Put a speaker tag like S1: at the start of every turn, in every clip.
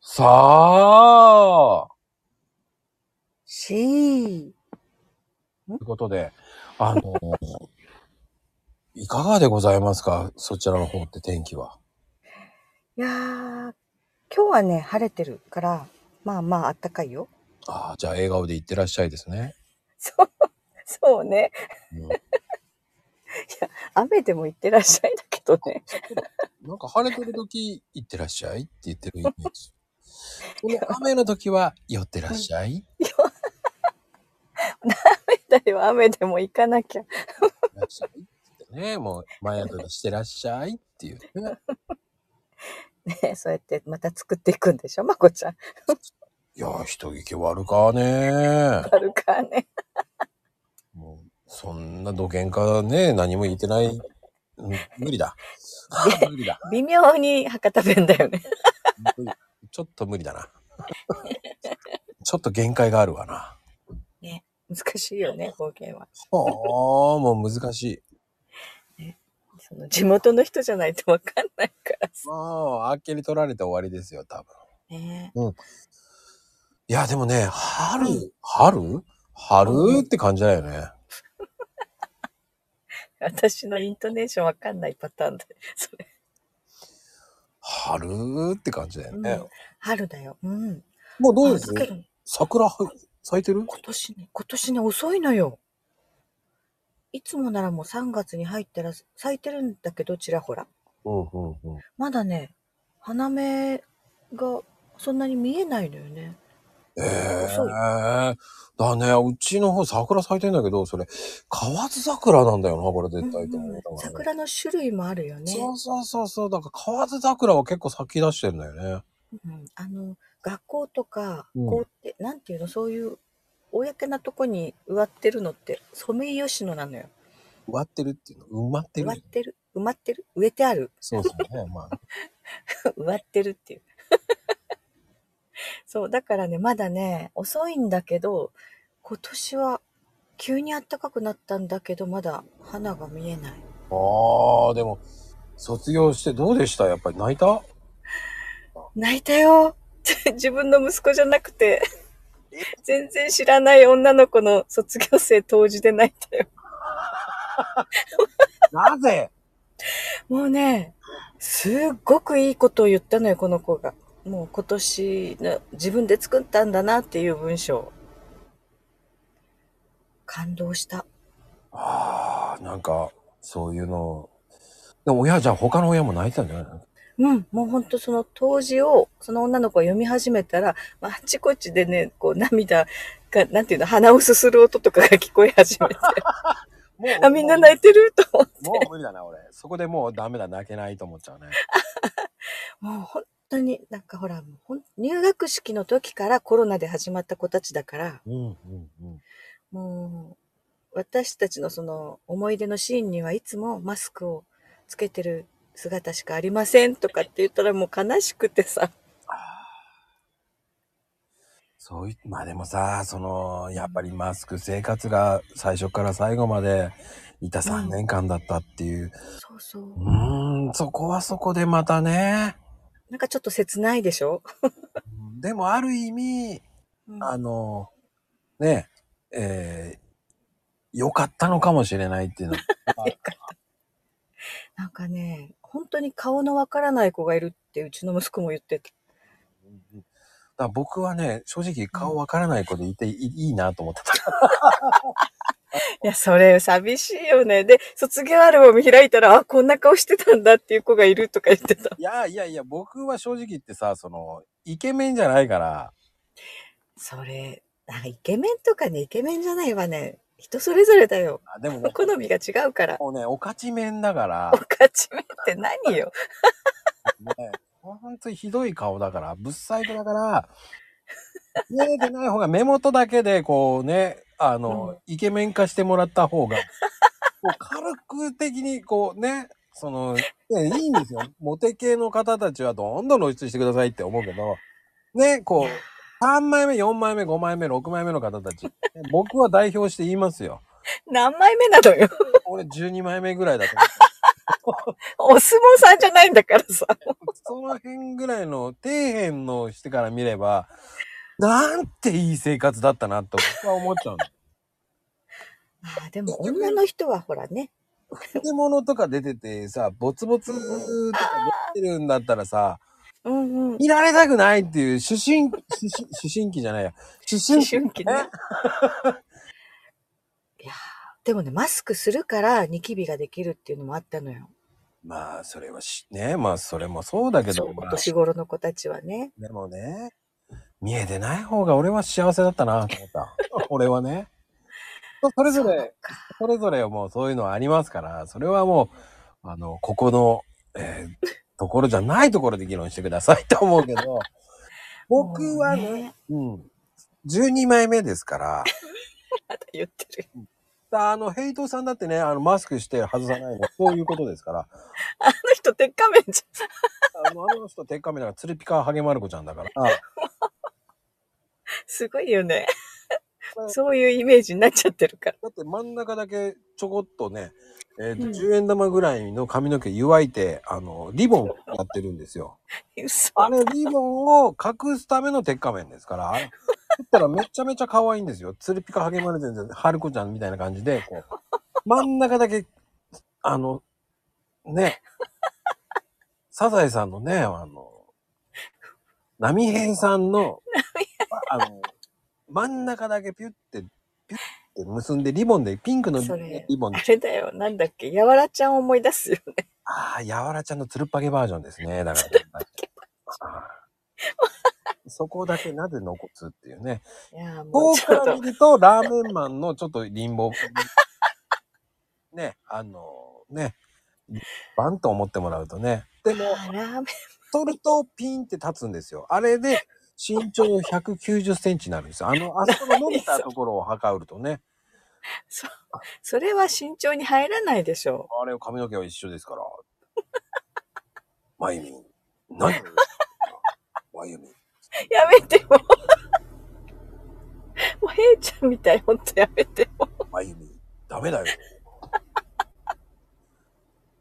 S1: さあ
S2: し、
S1: ということで、あの、 いかがでございますかそちらの方って天気は。
S2: いやー、今日はね、晴れてるから、まあまあ、あったかいよ。
S1: ああ、じゃあ笑顔で行ってらっしゃいですね。
S2: そう、そうね。
S1: う
S2: 雨でも行ってらっしゃいだけどね。
S1: ん、なんか晴れてる時、行ってらっしゃいって言ってるイメージ。この雨の時は、寄ってらっしゃい
S2: だよ、雨でも行かなきゃ。
S1: いらっしゃいってね、もう、前後でしてらっしゃいっていうね。
S2: ね、そうやってまた作っていくんでしょ、まこちゃん。
S1: いやー、人聞き悪かね
S2: あるからね。
S1: もう、そんなどげんかね、何も言ってない。うん無理だ。 無理だ。
S2: 微妙に博多弁だよね。
S1: ちょっと無理だな。ちょっと限界があるわな。
S2: 難しいよね、方言は。
S1: ほー、もう難しい。
S2: その地元の人じゃないとわかんないからさ。
S1: もう、あっけに取られて終わりですよ、多分。
S2: ね
S1: いや、でもね、春
S2: うん、
S1: 春春って感じだよね。
S2: 私のイントネーションわかんないパターンで。それ。
S1: 春って感じだよ
S2: う
S1: ね
S2: ん。春だよ。うん。
S1: もうどうです
S2: あだけど
S1: 桜咲いてる
S2: 今年ね、今年ね、遅いのよ。いつもならもう3月に入ったら咲いてるんだけど、ちらほら。
S1: うんうんうん。
S2: まだね、花芽がそんなに見えないのよね。
S1: え
S2: 遅い
S1: えだね、うちの方桜咲いてんだけど、それ、河津桜なんだよな、これ絶対と思
S2: うんう
S1: だ
S2: ん
S1: からね
S2: 桜の種類もあるよね。
S1: そうそうそうそう。だから河津桜は結構咲き出してんだよね。
S2: うん、あの、学校とか、
S1: うん
S2: こうって、なんていうの、そういう、公なとこに植わってるのって、ソメイヨシノなのよ。
S1: 植わってるっていうの。埋まって
S2: 植
S1: る
S2: わっ。てる埋まってる植えてある
S1: そうそうね。まあ。
S2: 植わってるっていう。 そう、だからね、まだね、遅いんだけど、今年は急に暖かくなったんだけど、まだ花が見えない。
S1: ああ、でも、卒業してどうでしたやっぱり泣いた
S2: 泣いたよ 自分の息子じゃなくて、全然知らない女の子の卒業生当時で泣いたよ。
S1: なぜ
S2: もうね、すっごくいいことを言ったのよ、この子が。もう今年の自分で作ったんだなっていう文章。感動した。
S1: ああ、なんか、そういうの。でも親じゃ他の親も泣いてたんじゃないの
S2: うん、もうほんとその当時を、その女の子が読み始めたら、まあ、あちこちでね、こう涙が、なんていうの、鼻をすする音とかが聞こえ始 めて、
S1: も
S2: あ、みんな泣いてると思って。
S1: もう無理だな、俺。そこでもうダメだ、泣けないと思っちゃうね。
S2: もう本当になんかほら、もうほん入学式の時からコロナで始まった子たちだから、
S1: うんうんうん。
S2: もう、私たちのその思い出のシーンにはいつもマスクをつけてる姿しかありませんとかって言ったらもう悲しくてさ。
S1: そういまあでもさそのやっぱりマスク生活が最初から最後までいた3年間だったっていう
S2: そうそう。
S1: うーんそこはそこでまたね
S2: なんかちょっと切ないでしょ、
S1: でもある意味
S2: うん
S1: あのねえー、よかったのかもしれないっていうの
S2: なんかね、本当に顔のわからない子がいるってうちの息子も言ってた。
S1: だか ら僕はね正直顔わからない子でいていいいなと思ってた
S2: いや、それ寂しいよね。で、卒業アルバム開いたら、あ、こんな顔してたんだっていう子がいるとか言ってた。
S1: いやいやいや僕は正直言ってさそのイケメンじゃないから
S2: それ、あイケメンとかね、イケメンじゃないわね。人それぞれだよ。
S1: あでもね
S2: 好みが違うから。
S1: もうねおかち面だから
S2: おかちめって何よ。
S1: ね、本当にひどい顔だから、ぶっ細工だから、見えてない方が目元だけでこうね、あの、イケメン化してもらった方が、こう軽く的にこうね、その、ねいいんですよ。モテ系の方たちはどんどん露出してくださいって思うけど、ね、こう、3枚目、4枚目、5枚目、6枚目の方たち、ね僕は代表して言いますよ。
S2: 何枚目なのよ。
S1: 俺12枚目ぐらいだと思う。
S2: お相撲さんじゃないんだからさ。
S1: その辺ぐらいの底辺のしてから見れば、なんていい生活だったなと僕は思っち ゃうの。
S2: ああ、でも女の人はほらね。
S1: 漬物とか出ててさ、ボツボツとか出てるんだったらさ、
S2: うんうん。
S1: 見られたくないっていう主心、主心、主心期じゃないや。主心
S2: 思春期ね。いやーでもね、マスクするからニキビができるっていうのもあったのよ。
S1: まあ、それはし、ね、まあ、それもそうだけ
S2: そ
S1: ど、
S2: う、お
S1: まあ
S2: 年頃の子たちはね。
S1: でもね、見えてない方が俺は幸せだったなと思った。 俺はね。それぞ
S2: そう
S1: れ、
S2: か
S1: それぞれもうそういうのはありますから、それはもう、あの、ここの、えーところじゃないところで議論してくださいと思うけ ど、僕は
S2: もう
S1: ね、うん、12枚目ですから、
S2: まだ言ってる。
S1: あの、ヘイトさんだってね、あの、マスクして外さないの、そういうことですから、
S2: あの人、鉄仮面じゃん。
S1: あの、あの人、鉄仮面だから、釣りピカハゲマルコちゃんだから、
S2: すごいよね。そういうイメージになっちゃってるから。
S1: だって真ん中だけちょこっとね、えーと
S2: うん
S1: 10円玉ぐらいの髪の毛湯わいてあのリボンやってるんですよ。
S2: 嘘。
S1: あれリボンを隠すための鉄仮面ですからあれだったらめちゃめちゃ可愛いんですよ。ツルピカハゲマルゼンでハルコちゃんみたいな感じでこう真ん中だけあのねサザエさんのねあの波平さんのあの真ん中だけピュってピュって結んでリボンでピンクの
S2: それ
S1: リボンで
S2: あれだよ。なんだっけ。やわらちゃんを思い出すよ ね。
S1: ああ、やわらちゃんのつるっぱげバージョンです ね。だから。あーそこだけなぜ残すっていうね。
S2: いやー も
S1: こ
S2: う
S1: う
S2: ち
S1: か
S2: ょっ
S1: ら
S2: と。
S1: 見ると、ラーメンマンのちょっとリンボー。ね、あのね、バンと思ってもらうとね。でも、
S2: あラーメン
S1: 取るとピンって立つんですよ。あれで、身長190センチになるんですよ。あの、あそこの伸びたところを測ると ね。
S2: そ、それは慎重に入らないでしょ
S1: あれ、髪の毛は一緒です から。まゆみん、何を言うまゆみん。
S2: う。やめても う。もう、ヘイちゃんみたい。ほんとやめてもう。
S1: まゆみ、ダメだよ。っ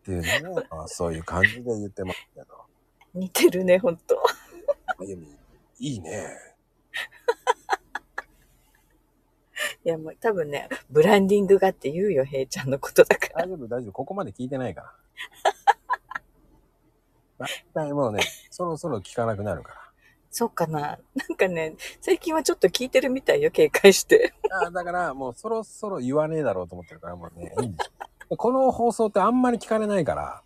S1: ていうね、まあ、そういう感じで言ってますけど、
S2: 似てるね、ほんと。
S1: まゆみ、いいね。
S2: いや、もう多分ね、ブランディングがって言うよ、ヘイちゃんのことだから。
S1: 大丈夫、大丈夫、ここまで聞いてないから。大体もうね、そろそろ聞かなくなるか
S2: そうかな。なんかね、最近はちょっと聞いてるみたいよ、警戒して。
S1: ら。あだから、もうそろそろ言わねえだろうと思ってるから、もうね、いいんですよ。この放送ってあんまり聞かれないから、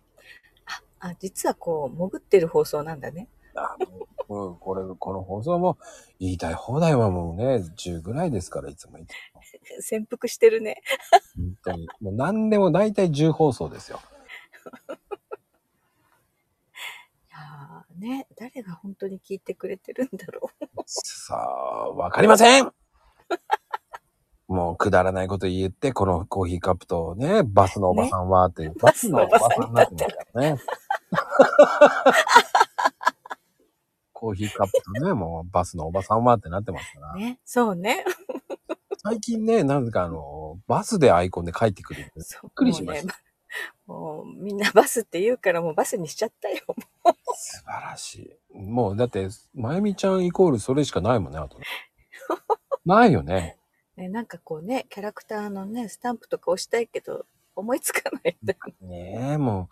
S2: あ、実はこう、潜ってる放送なんだね。
S1: あもうもうこれ、この放送も言いたい放題はもうね、10ぐらいですから、いつも言っても。
S2: 潜伏してるね。
S1: 本当に。もう何でも大体10放送ですよ。
S2: いやーね、誰が本当に聞いてくれてるんだろう。
S1: さあ、わかりま せんもうくだらないこと言って、このコーヒーカップとね、バスのおばさんはっていう、 バスのおばさんになってますからね。コーヒーカップとね、もうバスのおばさんはってなってますから。
S2: ね、そうね。
S1: 最近ね、なぜかあの、バスでアイコンで帰ってくるんです。
S2: そう
S1: くりしました
S2: もうね、もうみんなバスって言うからもうバスにしちゃったよ。
S1: 素晴らしい。もうだって、まゆみちゃんイコールそれしかないもんね、あ とね。ないよね。
S2: ね、なんかこうね、キャラクターのね、スタンプとか押したいけど、思いつかないんだよね。
S1: ねえ、も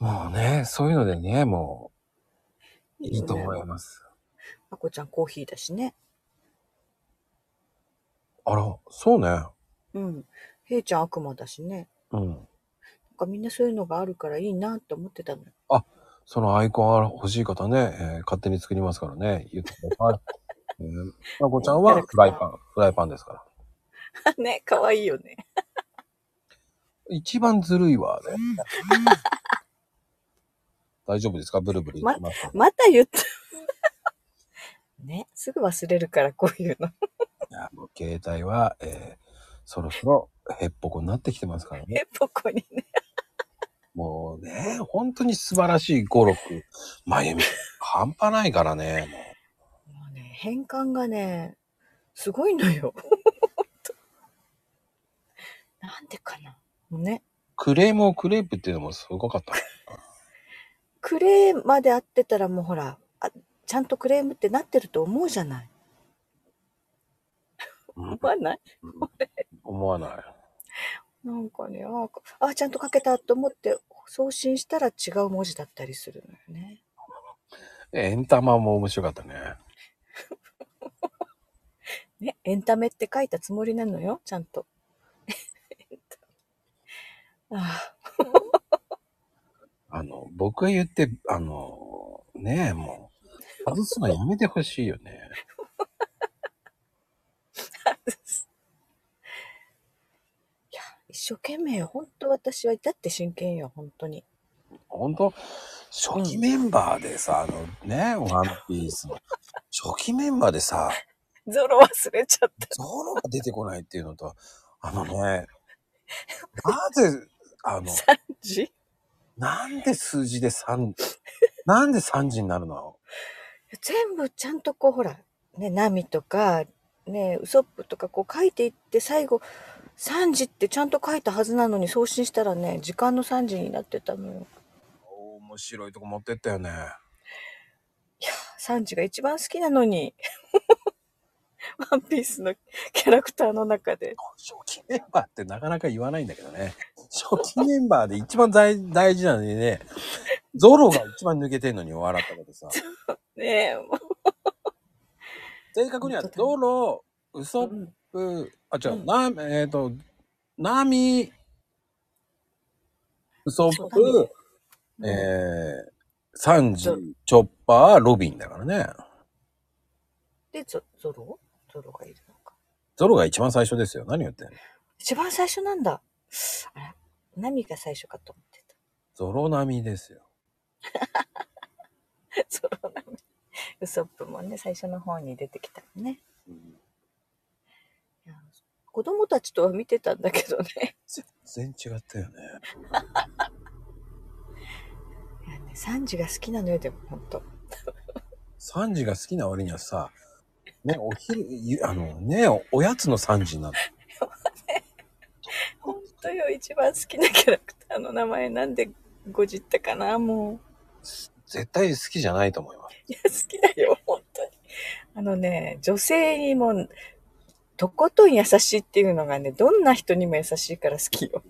S1: う、もうね、そういうのでね、もう、いいと思います。
S2: まこちゃんコーヒーだしね。
S1: あら、そうね。
S2: うん。へいちゃん悪魔だしね。
S1: うん。
S2: なんかみんなそういうのがあるからいいなって思ってたのよ。
S1: そのアイコン欲しい方ね、えー勝手に作りますからね。言ってください。 えーまこちゃんはフライパン、フライパンですから。
S2: ね、かわいいよね。
S1: 一番ずるいわ、ね。大丈夫ですかブルブル言ってますけど、
S2: また言った。 ね、すぐ忘れるからこういうの。
S1: いやもう携帯は、えーそろそろヘッポコになってきてますからね。
S2: え、ポコにね。
S1: もうね、本当に素晴らしい語録。まゆみ、半端ないからね。もう
S2: もうね、変換がね、すご いのよ。ほんとなんでかな。もうね。
S1: クレームをクレープっていうのもすごかった。
S2: クレームまで合ってたらもうほら、あちゃんとクレームってなってると思うじゃない。
S1: うん
S2: 思わない
S1: 思わない。
S2: なんかね、ああ、ちゃんと書けたと思って送信したら違う文字だったりするのよね。
S1: エンタマも面白かったね。
S2: ね、エンタメって書いたつもりなのよ、ちゃんと。 エンタメあ
S1: あの、僕が言って、あの、ねえ、もう、外すのやめてほしいよね。
S2: あ、いや、一生懸命よ、本当私は、だって真剣よ、本当に。
S1: 本当初期メンバーでさ、あのね、ワンピースの、初期メンバーでさ、
S2: ゾロ忘れちゃった。
S1: ゾロが出てこないっていうのと、あのね、なぜ、あの、
S2: 3時
S1: なんで数字で3、なんで3時になるの
S2: 全部ちゃんとこうほらね波とかねウソップとかこう書いていって最後3時ってちゃんと書いたはずなのに送信したらね時間の3時になってたのよ
S1: 面白いとこ持ってったよね。
S2: 3時が一番好きなの にワンピースのキャラクターの中で
S1: 初期メンバーってなかなか言わないんだけどね。初期メンバーで一番大大事なのにね、ゾロが一番抜けてんのに笑ったことさ。
S2: ねえも
S1: 正確にはゾロ、ウソッ
S2: う、
S1: プ、あ、違う、
S2: うん
S1: な、えっ、と、ナミ、ウソ
S2: そ
S1: ッ
S2: うだね
S1: プ、えー、サンジ
S2: ゾロ、
S1: チョッパー、ロビンだからね。
S2: でゾゾロゾロがいるのか
S1: ゾロが一番最初ですよ。何言ってんの
S2: 一番最初なんだあら波が最初かと思ってた
S1: ゾロ並みですよ。
S2: ゾロなのにウソップもね最初の方に出てきたのねいや子供たちとは見てたんだけどね
S1: 全然違ったよね。
S2: いやね3時が好きなのよでもほんと
S1: サンジが好きな割にはさ、ね、お昼、ゆあのね、おおやつのサンジになって。
S2: ほんとよ一番好きなキャラクターの名前なんでごじったかなも
S1: 絶対好きじゃないと思います。
S2: ういや好きだよほんとにあのね女性にもとことん優しいっていうのがねどんな人にも優しいから好きよ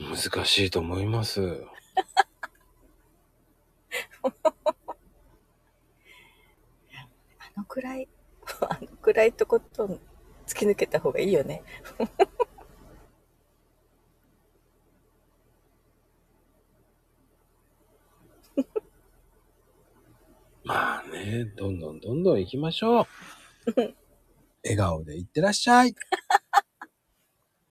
S1: 難しいと思います。
S2: あのくらい あのくらいとことん突き抜けた方がいいよね
S1: まあね、どんどんどんどん行きましょう。笑顔でいってらっしゃい。